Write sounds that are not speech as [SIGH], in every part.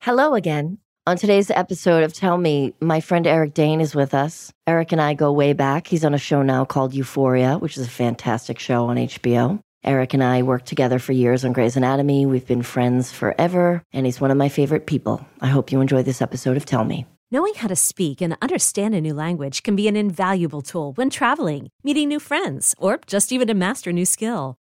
Hello again. On today's episode of Tell Me, my friend Eric Dane is with us. Eric and I go way back. He's on a show now called Euphoria, which is a fantastic show on HBO. Eric and I worked together for years on Grey's Anatomy. We've been friends forever, and he's one of my favorite people. I hope you enjoy this episode of Tell Me. Knowing how to speak and understand a new language can be an invaluable tool when traveling, meeting new friends, or just even to master a new skill.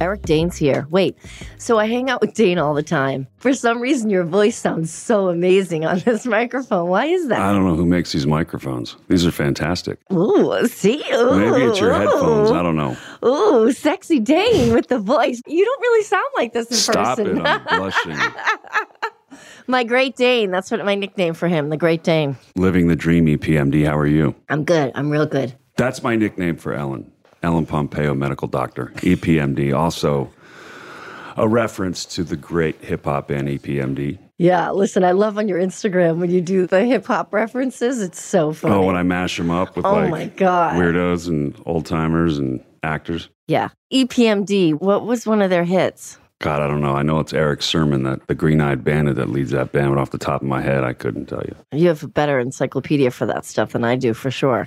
Eric Dane's here. Wait, so I hang out with Dane all the time. For some reason, your voice sounds so amazing on this [LAUGHS] microphone. Why is I that? don't know who makes these microphones. These are fantastic. Ooh, see, ooh, Maybe it's your headphones. I don't know. Ooh, sexy Dane with the voice. You don't really sound like this in Stop person. it. [LAUGHS] I'm blushing. My Great Dane. That's what my nickname for him, the Great Dane. Living the dream, EPMD. How are you? I'm good. I'm real good. That's my nickname for Ellen. Ellen Pompeo, medical doctor, E EPMD. Also, a reference to the great hip hop band E EPMD. Yeah, listen, I love on your Instagram when you do the hip hop references. It's so funny. Oh, when I mash them up with Oh like my God. weirdos and old timers and actors. yeah. E EPMD, what was one of their hits? God, I don't know. I know it's Eric Sermon, that the green eyed bandit that leads that band, but off the top of my head, I couldn't tell you. You have a better encyclopedia for that stuff than I do, for sure.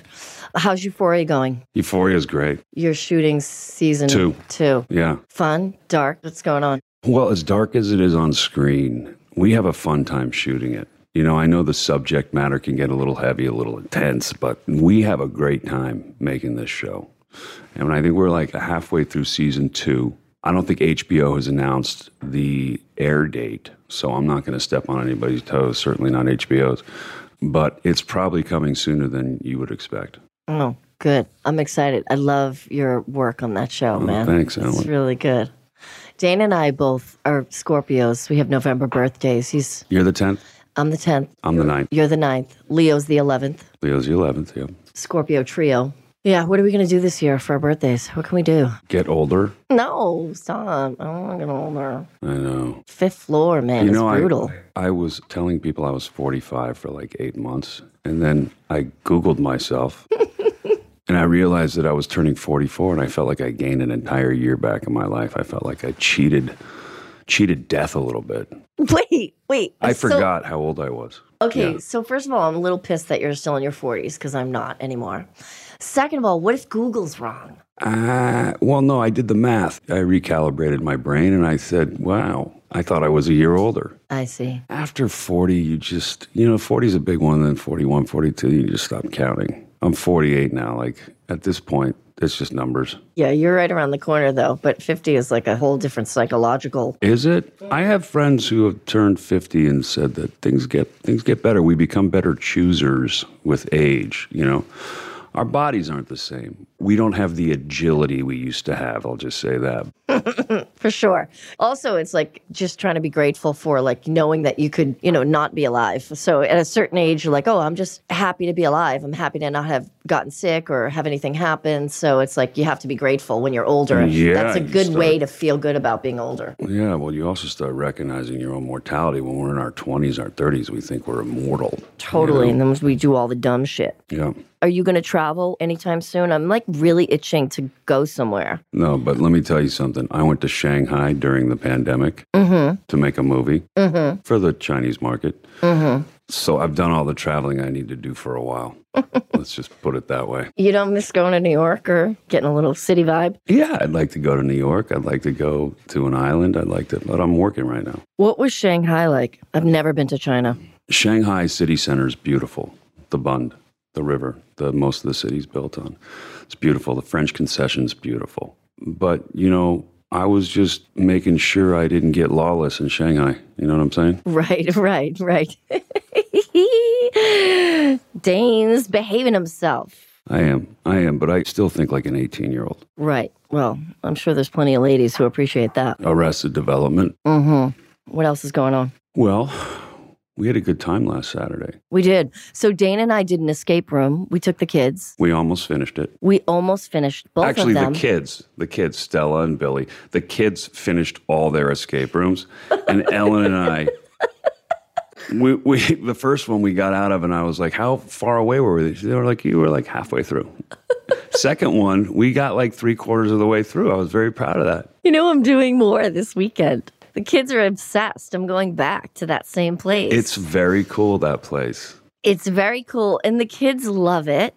How's Euphoria going? Euphoria is great. You're shooting season Two. two. Yeah. Fun, dark, what's going on? Well, as dark as it is on screen, we have a fun time shooting it. You know, I know the subject matter can get a little heavy, a little intense, but we have a great time making this show. And I think we're like halfway through season two. I don't think HBO has announced the air date, so I'm not going to step on anybody's toes, certainly not HBO's. But it's probably coming sooner than you would expect. Oh, good. I'm excited. I love your work on that show, man. Oh, thanks, It's Ellen. really good. Dane and I both are Scorpios. We have November birthdays. He's You're the 10th, I'm the 10th. I'm the 9th, You're the 9th. Leo's the 11th. Leo's the 11th. Yeah. Scorpio trio. Yeah, what are we going to do this year for our birthdays? What can we do? Get older. No, stop. I don't want to get older. I know. Fifth floor, man. it's I- brutal. [LAUGHS] I, was telling people I was 45 for like eight months, and then I [LAUGHS] Googled myself. And I realized that I was turning 44, and I felt like I gained an entire year back in my life. I felt like I cheated, cheated death a little bit. wait, wait. I So- forgot how old I was. Okay, Yeah. so first of all, I'm a little pissed that you're still in your 40s because I'm not anymore. Second of all, what if Google's wrong? Uh, well, no, I did the math. I recalibrated my brain, and I said, "Wow, I thought I was a year older." I see. After 40, you just, you know, 40 is a big one. Then 41, 42, you just stop counting. I'm 48 now. Like at this point, it's just numbers. Yeah, you're right around the corner though, but 50 is like a whole different psychological. Is it? I have friends who have turned 50 and said that things get things get better. We become better choosers with age, you know. Our bodies aren't the same. We don't have the agility we used to have. I'll just say that. For sure. Also, it's like just trying to be grateful for like knowing that you could, you know, not be alive. So at a certain age, you're like, oh, I'm just happy to be alive. I'm happy to not have gotten sick or have anything happen. So it's like you have to be grateful when you're older. Yeah, That's a you good start- way to feel good about being older. Yeah, well, you also start recognizing your own mortality. When we're in our 20s, our 30s, we think we're immortal. Totally. And then we do all the dumb shit. Yeah. Are you going to travel anytime soon? I'm like really itching to go somewhere. No, but let me tell you something. I went to Shanghai during the pandemic to make a movie for the Chinese market. So I've done all the traveling I need to do for a while. Let's just put it that way. You don't miss going to New York or getting a little city vibe? Yeah, I'd like to go to New York. I'd like to go to an island. I'd like to, but I'm working right now. What was Shanghai like? I've never been to China. Shanghai city center is beautiful. The Bund, the river that most of the city's built on. It's beautiful. The French concession's beautiful. But, you know, I was just making sure I didn't get lawless in Shanghai. You know what I'm saying? Right, [LAUGHS] right, right. Dane's behaving himself. I am. I am, but I still think like an 18 year old. Right. Well, I'm sure there's plenty of ladies who appreciate that. Arrested development. Mm-hmm. What else is going on? Well, we had a good time last Saturday. We did. So Dane and I did an escape room. We took the kids. We almost finished it. We almost finished both Actually, of them. the kids, the kids, Stella and Billy, the kids finished all their escape rooms. [LAUGHS] And Ellen and I, we, we, the first one we got out of, and I was like, How far away were we? They were like, You were like halfway [LAUGHS] through. Second one, we got like three quarters of the way through. I was very proud of that. you know, I'm doing more this weekend. The kids are obsessed. I'm going back to that same place. It's very cool, that place. It's very cool, and the kids love it.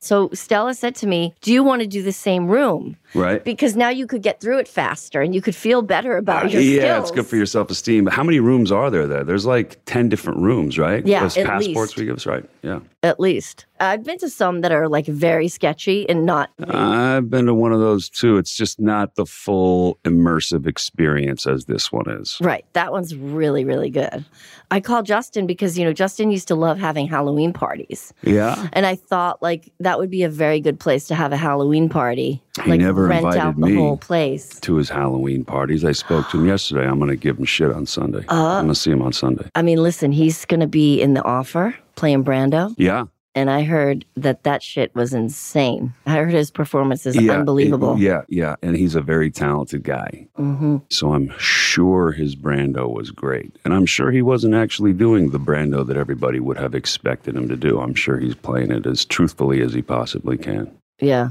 So Stella said to me, "Do you want to do the same room? Right? Because now you could get through it faster, and you could feel better about your Uh, yeah, skills." it's good for your self esteem. But how many rooms are there? There, there's like ten different rooms, right? Yeah, Those at passports least. we give us, right? Yeah, At least I've been to some that are like very sketchy and not. I've been to one of those too. It's just not the full immersive experience as this one is. Right. That one's really, really good. I called Justin because, you know, Justin used to love having Halloween parties. Yeah, And I thought like that would be a very good place to have a Halloween party. He like never rent invited out me. the whole place. to his Halloween parties. I spoke to him yesterday. I'm going to give him shit on Sunday. Uh. I'm going to see him on Sunday. I mean, listen, he's going to be in the offer playing Brando. Yeah, And I heard that that shit was insane. I heard his performance is yeah, it- unbelievable. yeah, yeah, and he's a very talented guy. hmm So I'm sure his Brando was great. And I'm sure he wasn't actually doing the Brando that everybody would have expected him to do. I'm sure he's playing it as truthfully as he possibly can. Yeah.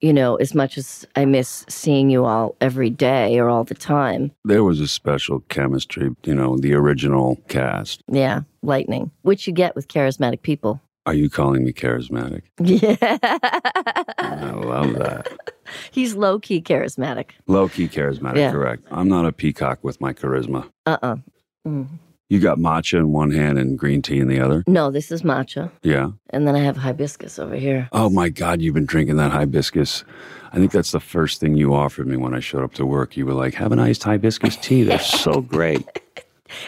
You know, as much as I miss seeing you all every day or all the time. There was a special chemistry, you know, the original cast. Yeah, lightning, which you get with charismatic people. [LAUGHS] Are you calling me charismatic? Yeah. I love that. He's low key charismatic. Low key charismatic, Yeah. correct. I'm not a peacock with my charisma. Uh uh Mm. You got matcha in one hand and green tea in the other. No, this is matcha. Yeah. And then I have hibiscus over here. Oh my God, you've been drinking that hibiscus. I think that's the first thing you offered me when I showed up to work. You were like, have an iced hibiscus tea. They're [LAUGHS] so great.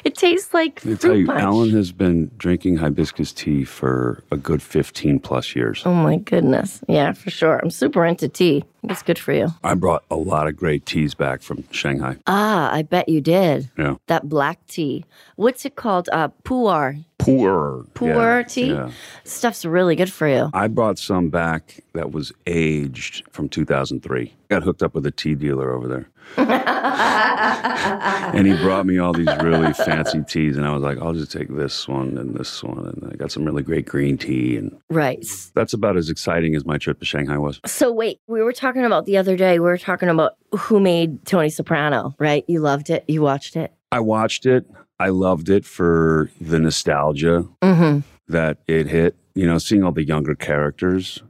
It tastes like Let me fruit tell you, punch. Alan has been drinking hibiscus tea for a good 15 plus years. Oh my goodness. Yeah, for sure. I'm super into tea. It's good for you. I brought a lot of great teas back from Shanghai. Ah, I bet you did. Yeah. That black tea. What's it called? Uh, pu'er. Poor. Pu'er tea? Yeah. Stuff's really good for you. I brought some back that was aged from 2003. Got hooked up with a tea dealer over there. and he brought me all these really fancy teas, and I was like, I'll just take this one and this one. And I got some really great green tea, and Right. that's about as exciting as my trip to Shanghai was. So, wait, we were talking about the other day, we were talking about who made Tony Soprano, right? You loved it. You watched it. I watched it. I loved it for the nostalgia Mm-hmm. that it hit, you know, seeing all the younger characters.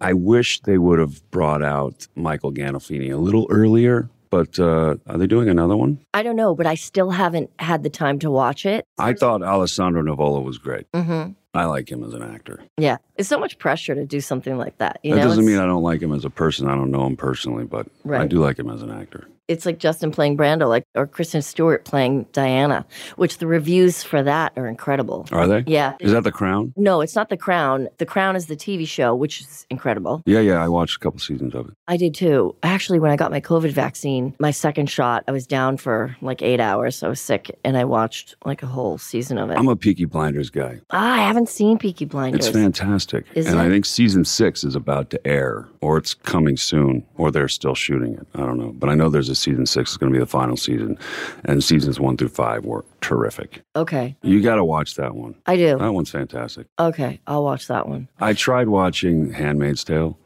I wish they would have brought out Michael Gandolfini a little earlier, but uh, are they doing another one? I don't know, but I still haven't had the time to watch it. I thought Alessandro Nivola was great. Mm-hmm. I like him as an actor. Yeah, it's so much pressure to do something like that. You that know, doesn't it's, mean I don't like him as a person. I don't know him personally, but I Right. do like him as an actor. it's like Justin playing Brando, like or Kristen Stewart playing Diana, which the reviews for that are incredible. Are they? Yeah. Is that The Crown? No, it's not The Crown. The Crown is the TV show, which is incredible. Yeah, yeah. I watched a couple seasons of it. I did too. Actually, when I got my COVID vaccine, my second shot, I was down for like eight hours. I was sick and I watched like a whole season of it. I'm a Peaky Blinders guy. Ah, I haven't seen Peaky It's Blinders. fantastic. Is and I it? think season six is about to air, or it's coming soon, or they're still shooting it. I don't know. But I know there's a season six, it's going to be the final season. And seasons one through five were terrific. okay, You got to watch that one. I do. That one's fantastic. Okay, I'll watch that one. I tried watching Handmaid's Tale,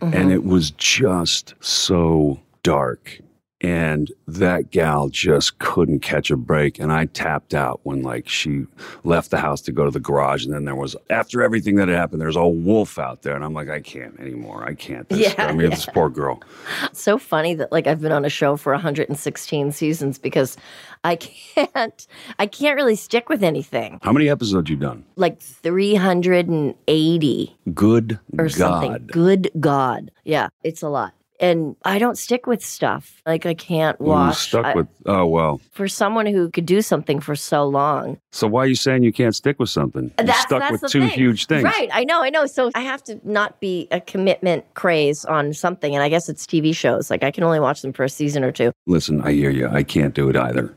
Mm-hmm. and it was just so dark. And that gal just couldn't catch a break. And I tapped out when, like, she left the house to go to the garage. And then there was, after everything that had happened, there's a wolf out there. And I'm like, I can't anymore. I can't. This, Yeah, I mean, this poor girl. It's so funny that like I've been on a show for 116 seasons because I [LAUGHS] can't, I can't really stick with anything. How many episodes you done? Like 380. Good or God. something. Good God. Yeah, it's a lot. And I don't stick with stuff. Like I can't Well, you watch. stuck I- with, oh, well. for someone who could do something for so long. So why are you saying you can't stick with something? You're That's, stuck that's the with two thing. huge things. Right. I know. I know. So I have to not be a commitment craze on something. And I guess it's TV shows. Like I can only watch them for a season or two. Listen, I hear you. I can't do it either.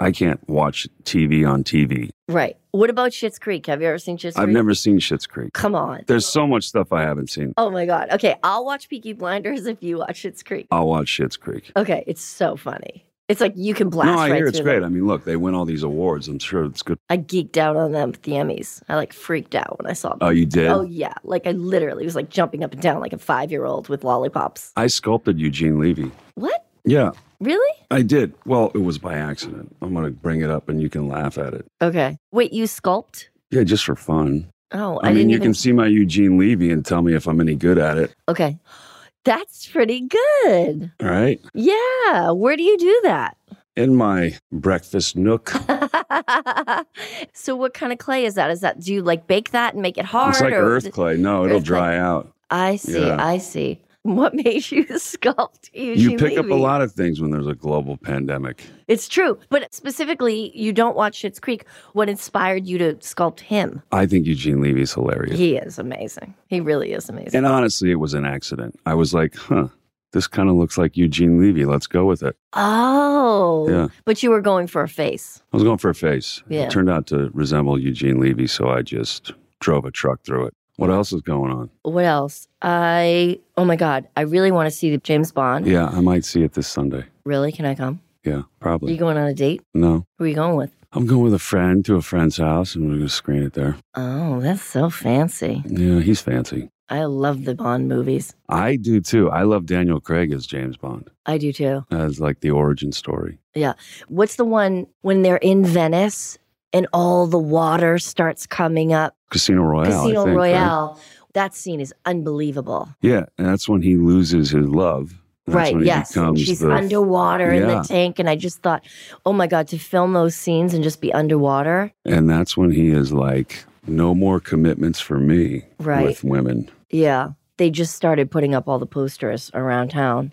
I can't watch TV on TV. Right. What about Schitt's Creek? Have you ever seen Schitt's I've Creek? never seen Schitt's Creek. Come on. There's so much stuff I haven't seen. Oh my God. Okay. I'll watch Peaky Blinders if you watch Schitt's Creek. I'll watch Schitt's Creek. Okay. It's so funny. It's like you can blast Oh. no, I right hear through it's them. great. I mean, look, they win all these awards. I'm sure it's good. I geeked out on them at the Emmys. I like freaked out when I saw them. Oh, you did? Oh yeah, like I literally was like jumping up and down like a five year old with lollipops. I sculpted Eugene Levy. What? Yeah, Really? I did. Well, it was by accident. I'm going to bring it up and you can laugh at it. Okay. Wait, you sculpt? Yeah, just for fun. Oh, I, I, mean, didn't you even. can see my Eugene Levy and tell me if I'm any good at it. Okay, that's pretty good. All right. Yeah. Where do you do that? In my breakfast nook. [LAUGHS] so, what kind of clay is that? Is that do you like bake that and make it hard? It's like or earth clay. No, it'll Earth clay. dry out. I see. Yeah. I see. What [LAUGHS] made you sculpt? you Eugene pick up a Levy? lot of things when there's a global pandemic. It's true, but specifically, you don't watch Schitt's Creek. What inspired you to sculpt him? I think Eugene Levy's hilarious. He is amazing. He really is amazing. and honestly, it was an accident. I was like, huh, this kind of looks like Eugene Levy. Let's go with it. oh, Yeah. but you were going for a face. I was going for a face. Yeah. It turned out to resemble Eugene Levy, so I just drove a truck through it. What else is going on? What else? I oh my god, I really want to see the James Bond. Yeah, I might see it this Sunday. Really? Can I come? Yeah, Are you probably. going on a date? No. Who are you going with? I'm going with a friend to a friend's house and we're going to screen it there. Oh, that's so fancy. Yeah, he's fancy. I love the Bond movies. I do too. I love Daniel Craig as James Bond, I do too. as like the origin story. Yeah. What's the one when they're in Venice and all the water starts coming up? Casino Royale. I Casino think, right? Royale. That scene is unbelievable. Yeah, and that's when he loses his love. That's Right. When he Yes. and becomes She's the- underwater in Yeah. the tank, and I just thought, oh my god, to film those scenes and just be underwater. And that's when he is like, no more commitments for me Right. with women. Yeah. They just started putting up all the posters around town.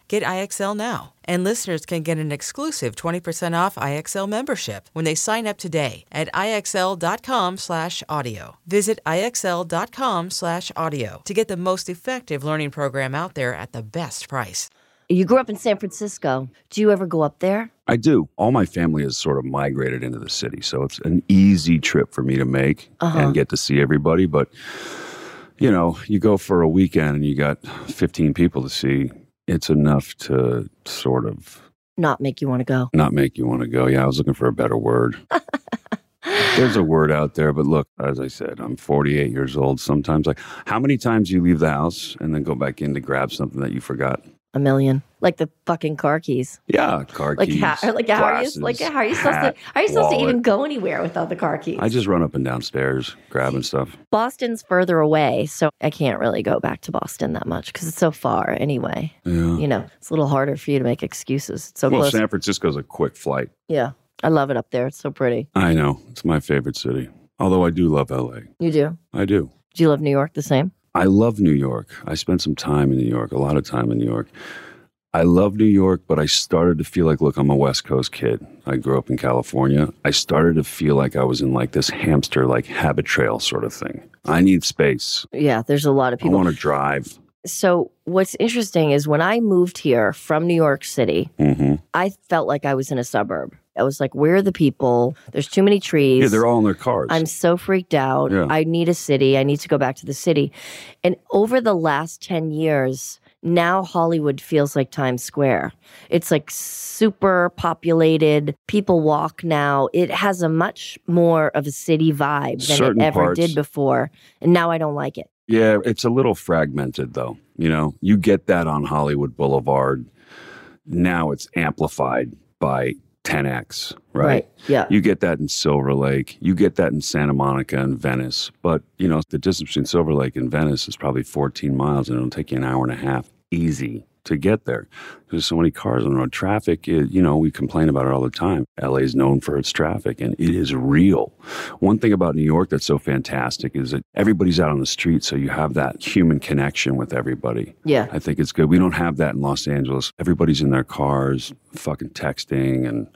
Get IXL now. And listeners can get an exclusive 20% off IXL membership when they sign up today at IXL.com slash audio. Visit IXL.com slash audio to get the most effective learning program out there at the best price. You grew up in San Francisco. Do you ever go up there? I do. All my family has sort of migrated into the city, so it's an easy trip for me to make Uh-huh. and get to see everybody. But you know, you go for a weekend and you got 15 people to see. It's enough to sort of Not make you want to go. not make you want to go. Yeah, I was looking for a better word. [LAUGHS] There's a word out there, but look, as I said, I'm 48 years old. Sometimes, like, how many times do you leave the house and then go back in to grab something that you forgot? A million. Like the fucking car keys. Yeah, car Like keys. how, like how are you glasses, like how are you supposed hat, to how are you supposed to wallet. [LAUGHS] even go anywhere without the car keys? I just run up and downstairs grabbing stuff. Boston's further away, so I can't really go back to Boston that much because it's so far anyway. Yeah. You know, it's a little harder for you to make excuses. It's so Mm. well, close. San Francisco's a quick flight. yeah. I love it up there. It's so pretty. I know. It's my favorite city. Although I do love LA. You do? I do. Do you love New York the same? I love New York. I spent some time in New York, a lot of time in New York. I love New York, but I started to feel like, look, I'm a West Coast kid. I grew up in California. I started to feel like I was in like this hamster, like habit trail sort of thing. I need space. Yeah, there's a lot of I people. want to drive. So what's interesting is when I moved here from New York City, hmm I felt like I was in a suburb. I was like, where are the people? There's too many trees. Yeah, they're all in their cars. I'm so freaked out. Yeah. I need a city. I need to go back to the city. And over the last 10 years, now Hollywood feels like Times Square. It's like super populated. People walk now. It has a much more of a city vibe than Certain it ever parts. did before. And now I don't like it. Yeah, it's a little fragmented though. You know, you get that on Hollywood Boulevard. Now it's amplified by 10x, right? Yeah. You get that in Silver Lake. You get that in Santa Monica and Venice. But, you know, the distance between Silver Lake and Venice is probably 14 miles and it'll take you an hour and a half easy to get there. There's so many cars on the road. Traffic, is, you know, we complain about it all the time. LA is known for its traffic and it is real. One thing about New York that's so fantastic is that everybody's out on the street. So you have that human connection with everybody. yeah. I think it's good. We don't have that in Los Angeles. Everybody's in their cars, fucking texting and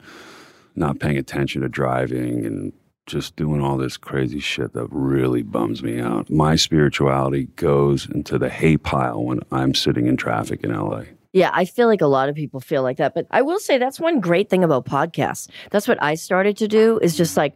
not paying attention to driving and just doing all this crazy shit that really bums me out. My spirituality goes into the hay pile when I'm sitting in traffic in LA. Yeah, I feel like a lot of people feel like that. But I will say that's one great thing about podcasts. That's what I started to do is just like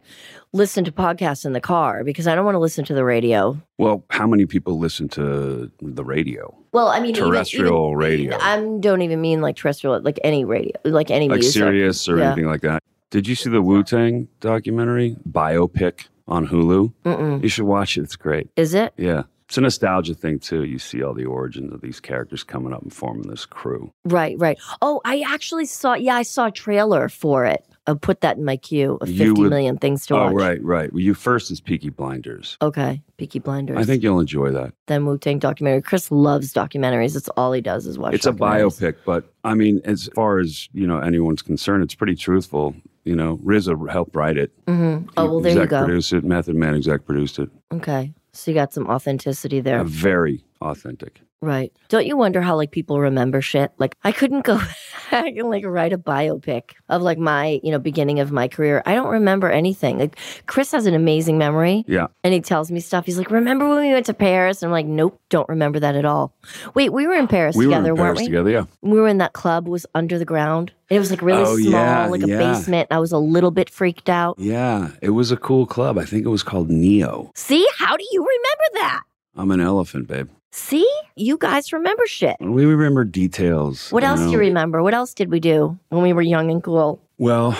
listen to podcasts in the car because I don't want to listen to the radio. Well, how many people listen to the radio? Well, I mean, even- Terrestrial even- radio. I don't even mean like terrestrial, like any radio, like any like music. Sirius or Yeah. anything like that. Did you see the Wu Tang documentary biopic on Hulu? Mm-mm. You should watch it. It's great. Is it? Yeah. It's a nostalgia thing too. You see all the origins of these characters coming up and forming this crew. Right, right. Oh, I actually saw. Yeah, I saw a trailer for it. I'll put that in my queue of You fifty million would- things to watch. Oh, right, right. Well, you first is Peaky Blinders. Okay, Peaky Blinders. I think you'll enjoy that. then Wu Tang documentary. Chris loves documentaries. It's all he does is watch. it's a documentaries. biopic, but I mean, as far as you know, anyone's concerned, it's pretty truthful. You know, RZA helped write it. Mhm. Oh He well, there you exec go. Produced it. Method Man exec produced it. Okay. So you got some authenticity there. Uh, very authentic. right. Don't you wonder how like people remember shit? Like I couldn't go [LAUGHS] back and like write a biopic of like my, you know, beginning of my career. I don't remember anything. Like Chris has an amazing memory Yeah. and he tells me stuff. He's like, "Remember when we went to Paris?" And I'm like, "Nope, don't remember that at all." Wait, we were in Paris we together, were in Paris weren't we? together. Yeah. We were in that club was under the ground. It was like really Oh, small, yeah, like a yeah. basement. I was a little bit freaked out. Yeah, it was a cool club. I think it was called Neo. See, how do you remember that? I'm an elephant, babe. See? You guys remember shit. We remember details. What else do know. you remember? What else did we do when we were young and cool? Well,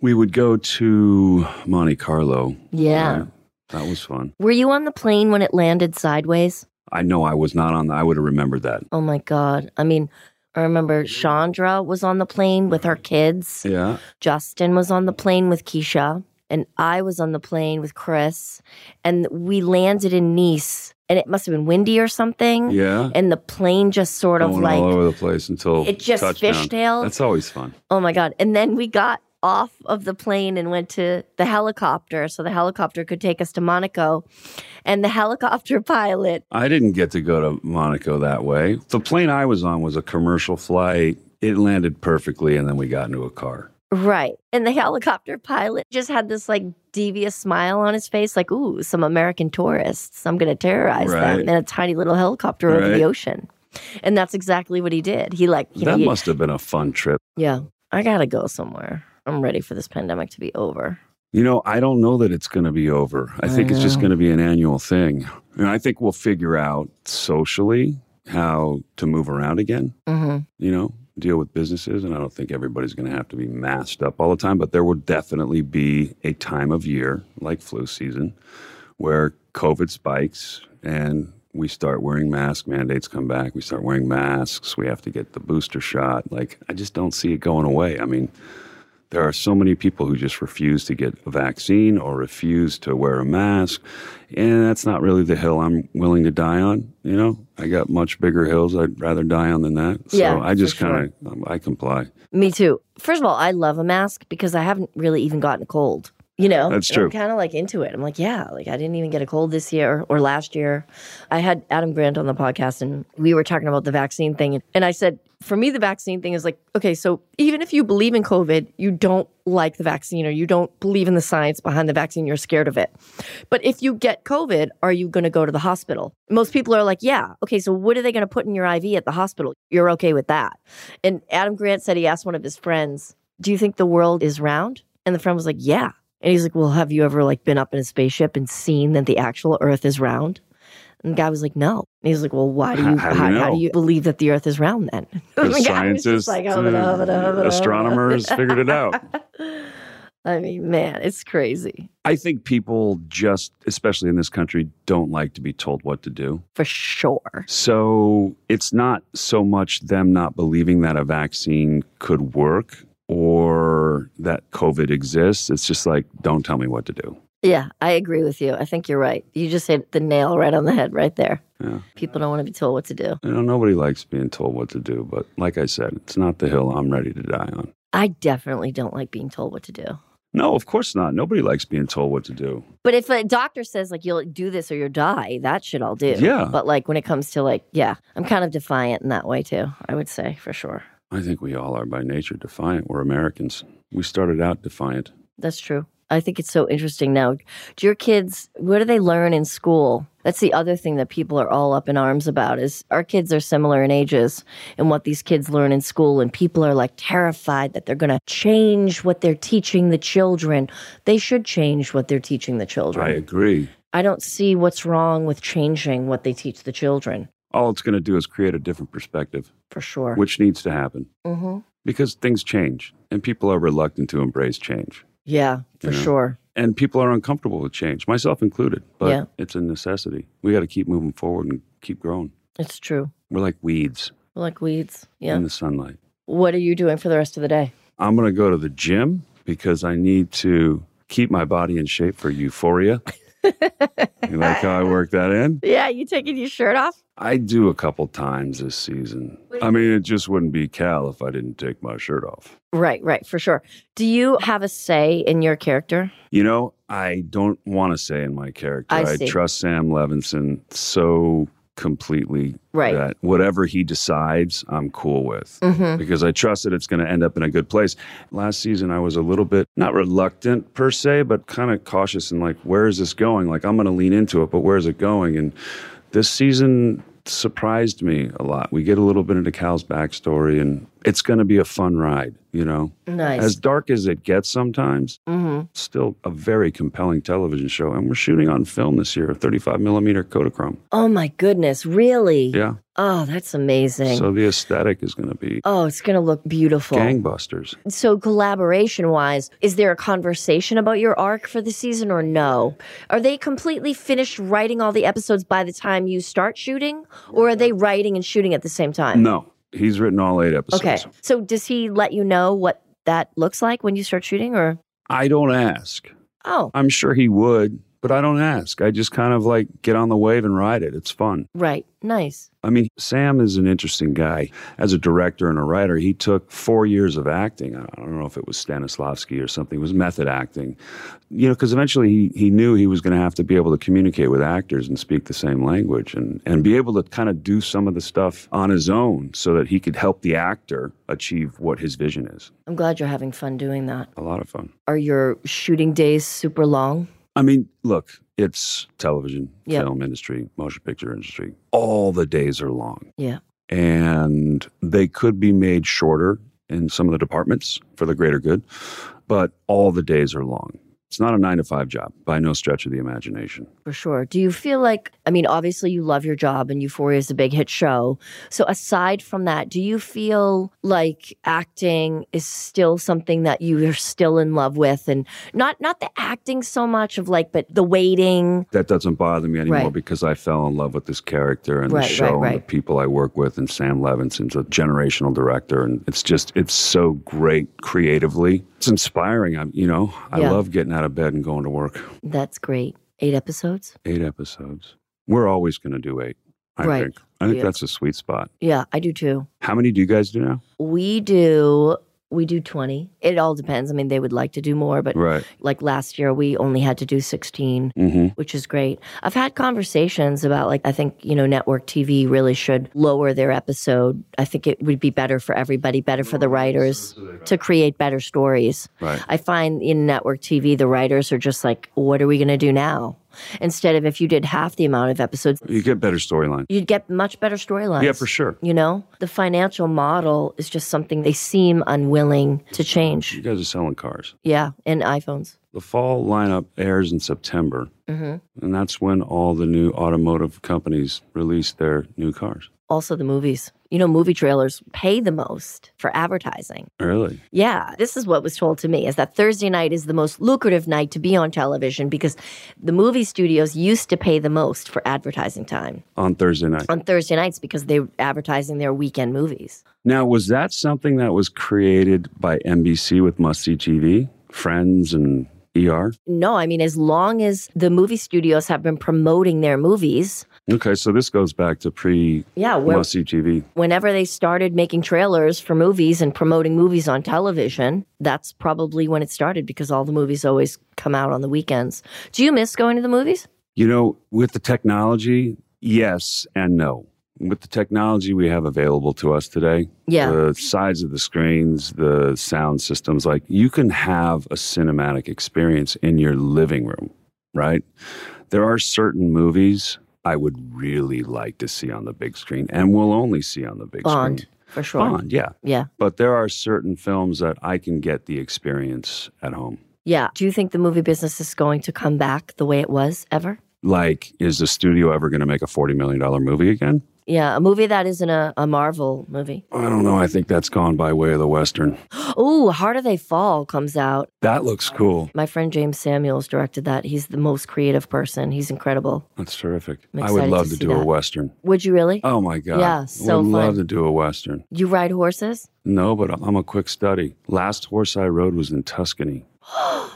we would go to Monte Carlo. Yeah. Right? That was fun. Were you on the plane when it landed sideways? I know I was not on the, I would have remembered that. Oh my God. I mean, I remember Chandra was on the plane with her kids. Yeah. Justin was on the plane with Keisha. And I was on the plane with Chris. And we landed in Nice. And it must have been windy or something. Yeah. And the plane just sort of Going like all over the place until It just touchdown. fishtailed. That's always fun. Oh my God. And then we got off of the plane and went to the helicopter so the helicopter could take us to Monaco. And the helicopter [LAUGHS] pilot, I didn't get to go to Monaco that way. The plane I was on was a commercial flight. It landed perfectly, and then we got into a car. right. And the helicopter pilot just had this like devious smile on his face, like, ooh, some American tourists. I'm going to terrorize Right. them in a tiny little helicopter over Right. the ocean. And that's exactly what he did. He like, you know, that you- must have been a fun trip. yeah, I got to go somewhere. I'm ready for this pandemic to be over. You know, I don't know that it's going to be over. I I think it's just know. going to be an annual thing. And I think we'll figure out socially how to move around again, hmm you know, deal with businesses. And I don't think everybody's going to have to be masked up all the time, but there will definitely be a time of year, like flu season, where COVID spikes and we start wearing masks, mandates come back, we start wearing masks, we have to get the booster shot. Like, I just don't see it going away. I mean, there are so many people who just refuse to get a vaccine or refuse to wear a mask. And that's not really the hill I'm willing to die on. You know, I got much bigger hills I'd rather die on than that. So Yeah, I just for sure. kind of, I comply. Me too. First of all, I love a mask because I haven't really even gotten a cold. You know, That's And I'm true. kind of like into it. I'm like, yeah, like I didn't even get a cold this year or last year. I had Adam Grant on the podcast and we were talking about the vaccine thing. And I said, for me, the vaccine thing is like, okay, so even if you believe in COVID, you don't like the vaccine or you don't believe in the science behind the vaccine, you're scared of it. But if you get COVID, are you going to go to the hospital? Most people are like, yeah. Okay, so what are they going to put in your IV at the hospital? You're okay with that. And Adam Grant said he asked one of his friends, "Do you think the world is round?" And the friend was like, "Yeah." And he's like, "Well, have you ever like been up in a spaceship and seen that the actual Earth is round?" And the guy was like, "No." And he's like, "Well, why do How- you how how, do you how know?" do you believe that the Earth is round then?" [LAUGHS] The guy was Because just scientists, like, uh, "Hubba da, hubba da, hubba da, hubba da." astronomers figured it out. [LAUGHS] I mean, man, it's crazy I think people just, especially in this country, don't like to be told what to do. for sure. So it's not so much them not believing that a vaccine could work or that COVID exists. It's just like, don't tell me what to do. Yeah, I agree with you. I think you're right. You just hit the nail right on the head right there. Yeah. People don't want to be told what to do. You know, nobody likes being told what to do, but like I said, it's not the hill I'm ready to die on. I definitely don't like being told what to do. No, of course not. Nobody likes being told what to do. But if a doctor says like you'll do this or you'll die, that should all do. Yeah. But like when it comes to like, yeah, I'm kind of defiant in that way too. I would say for sure. I think we all are by nature defiant. We're Americans. We started out defiant. That's true. I think it's so interesting now. Do your kids? What do they learn in school? That's the other thing that people are all up in arms about. Is our kids are similar in ages and what these kids learn in school, and people are like terrified that they're going to change what they're teaching the children. They should change what they're teaching the children. I agree. I don't see what's wrong with changing what they teach the children All it's going to do is create a different perspective, for sure. which needs to happen hmm because things change and people are reluctant to embrace change. Yeah, for Yeah. sure. And people are uncomfortable with change, myself included, but Yeah. it's a necessity. We got to keep moving forward and keep growing. It's true. We're like weeds We're Like weeds. Yeah. in the sunlight. What are you doing for the rest of the day? I'm going to go to the gym because I need to keep my body in shape for [LAUGHS] euphoria. you like how I work that in? Yeah, you taking your shirt off? I do a couple times this season. I mean, it just wouldn't be Cal if I didn't take my shirt off. Right, right, for sure. Do you have a say in your character? You know, I don't want to say in my character. I see. trust Sam Levinson so completely Right. that whatever he decides, I'm cool with. Mm-hmm. because I trust that it's going to end up in a good place. Last season, I was a little bit not reluctant per se, but kind of cautious and like, where is this going? Like, I'm going to lean into it, but where is it going? And this season surprised me a lot. We get a little bit into Cal's backstory, and it's going to be a fun ride, you know? Nice. As dark as it gets sometimes, mm-hmm. still a very compelling television show. And we're shooting on film this year, 35 millimeter Kodachrome. Oh my goodness, really? Yeah. Oh, that's amazing. So the aesthetic is going to be oh, it's going to look beautiful. gangbusters. So, collaboration wise, is there a conversation about your arc for the season or no? Are they completely finished writing all the episodes by the time you start shooting, or are they writing and shooting at the same time? No, he's written all eight episodes. Okay. So, does he let you know what that looks like when you start shooting, or? I don't ask. Oh, I'm sure he would, but I don't ask. I just kind of like get on the wave and ride it. It's fun. Right. Nice. I mean, Sam is an interesting guy. As a director and a writer, he took four years of acting. I don't know if it was Stanislavski or something. It was method acting, you know, because eventually he, he knew he was going to have to be able to communicate with actors and speak the same language and, and be able to kind of do some of the stuff on his own so that he could help the actor achieve what his vision is. I'm glad you're having fun doing that. A lot of fun. Are your shooting days super long? I mean, look, it's television, Yep. film industry, motion picture industry. All the days are long. Yeah. and they could be made shorter in some of the departments for the greater good, but all the days are long. It's not a nine to five job by no stretch of the imagination. For sure. Do you feel like, I mean, obviously you love your job and Euphoria is a big hit show. So aside from that, do you feel like acting is still something that you are still in love with and not not the acting so much of like but the waiting? That doesn't bother me anymore Right. because I fell in love with this character and Right, the right, show and right. the people I work with. And Sam Levinson's a generational director, and it's just it's so great creatively. It's inspiring. I'm you know I Yeah. love getting out of bed and going to work. That's great. 8 episodes? Eight episodes. We're always going to do eight. I Right. think. I think Yeah. that's a sweet spot. Yeah, I do too. How many do you guys do now? We do we do 20. It all depends. I mean, they would like to do more, but Right. like last year we only had to do 16. Mm-hmm. which is great. I've had conversations about like I think, you know, network TV really should lower their episode. I think it would be better for everybody, better for the writers to create better stories. Right. I find in network TV the writers are just like what are we going to do now? Instead of if you did half the amount of episodes, You get better storyline. you'd get much better storylines. Yeah, for sure. You know, the financial model is just something they seem unwilling to You change. guys are selling cars. Yeah, and iPhones. The fall lineup airs in September, Mm-hmm. and that's when all the new automotive companies release their new cars. Also, the movies. You know, movie trailers pay the most for advertising. Really? Yeah, this is what was told to me is that Thursday night is the most lucrative night to be on television because the movie studios used to pay the most for advertising time On Thursday night. on Thursday nights because they were advertising their weekend movies. Now, was that something that was created by NBC with Must See TV, Friends, and ER? No, I mean as long as the movie studios have been promoting their movies, Okay, so this goes back to pre yeah, where, Must See TV. whenever they started making trailers for movies and promoting movies on television, that's probably when it started because all the movies always come out on the weekends. Do you miss going to the movies? You know, with the technology, yes and no. With the technology we have available to us today, Yeah. the sides of the screens, the sound systems, like you can have a cinematic experience in your living room, right? There are certain movies I would really like to see on the big screen and will only see on the big Bond, screen. for sure. Bond, yeah. Yeah. But there are certain films that I can get the experience at home. Yeah. Do you think the movie business is going to come back the way it was ever? Like, is the studio ever going to make a $40 million movie again? Yeah, a movie that isn't a, a Marvel [GASPS] movie. I don't know. I think that's gone by way of the Western. Oh, Harder They Fall comes out. That looks cool. My friend James Samuels directed that. He's the most creative person. He's incredible. That's terrific. I'm I would excited love to to, see do a that. Western. Would you really? Oh my God. Yeah, so would love fun. to do a Western. you ride horses? No, but I'm a quick study. Last horse I rode was in Tuscany,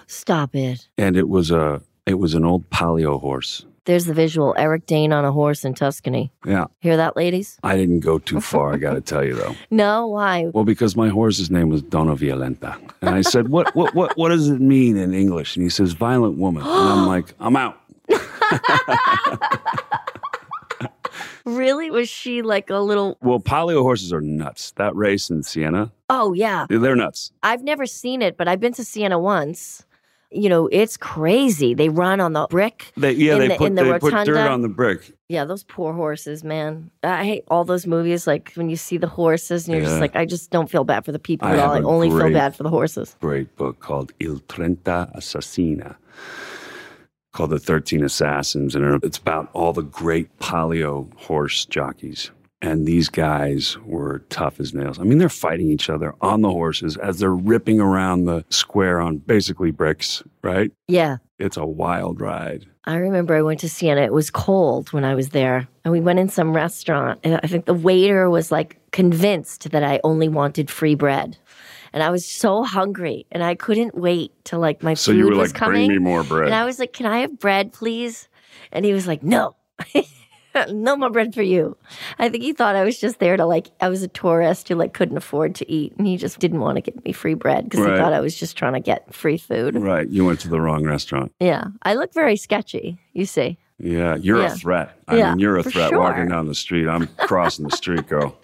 Stop it. and it was a it was an old palio horse. There's the visual Eric Dane on a horse in Tuscany. Yeah, Hear that, ladies? I didn't go too far. I got to tell you though. No, why? Well, because my horse's name was Donna Violenta, and I said, "What what what what does it mean in English?" And he says, "Violent woman," and [GASPS] I'm like, "I'm out." Really? Was she like a little. Well, palio horses are nuts. That race in Siena, Oh, yeah. they're nuts. I've never seen it, but I've been to Siena once. You know, it's crazy. They run on the brick. They, yeah, in they the- put in the they put dirt rotunda. on the brick. Yeah, those poor horses, man. I hate all those movies. Like when you see the horses, and you're Yeah. just like, I just don't feel bad for the people I at all. I have a only feel great- bad for the horses. Great book called Il Trenta Assassina, called The Thirteen Assassins, and it's about all the great palio horse jockeys. And these guys were tough as nails. I mean, they're fighting each other on the horses as they're ripping around the square on basically bricks, right? Yeah, It's a wild ride. I remember I went to Siena. It was cold when I was there, and we went in some restaurant, and I think the waiter was like convinced that I only wanted free bread. and I was so hungry and I couldn't wait till like my So food you were was like, coming. bring me more bread. And I was like, "Can I have bread, please?" And he was like, "No, [LAUGHS] no more bread for you." I think he thought I was just there to like I was a tourist who like couldn't afford to eat, and he just didn't want to give me free bread because Right. he thought I was just trying to get free food. right. You went to the wrong restaurant. Yeah, I look very sketchy. You see, Yeah. You're Yeah. a threat. I Yeah, mean, you're a for threat sure. walking down the street. I'm crossing the [LAUGHS] street, girl.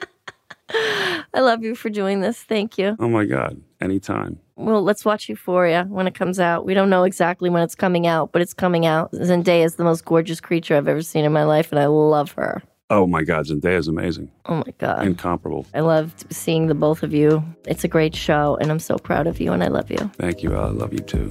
I love you for doing this. Thank you. Oh my God. Anytime. Well, let's watch Euphoria when it comes out. We don't know exactly when it's coming out, but it's coming out. Zendaya is the most gorgeous creature I've ever seen in my life, and I love her. Oh my God. Zendaya is amazing. Oh my God. Incomparable. I loved seeing the both of you. It's a great show, and I'm so proud of you, and I love you. Thank you. I love you too.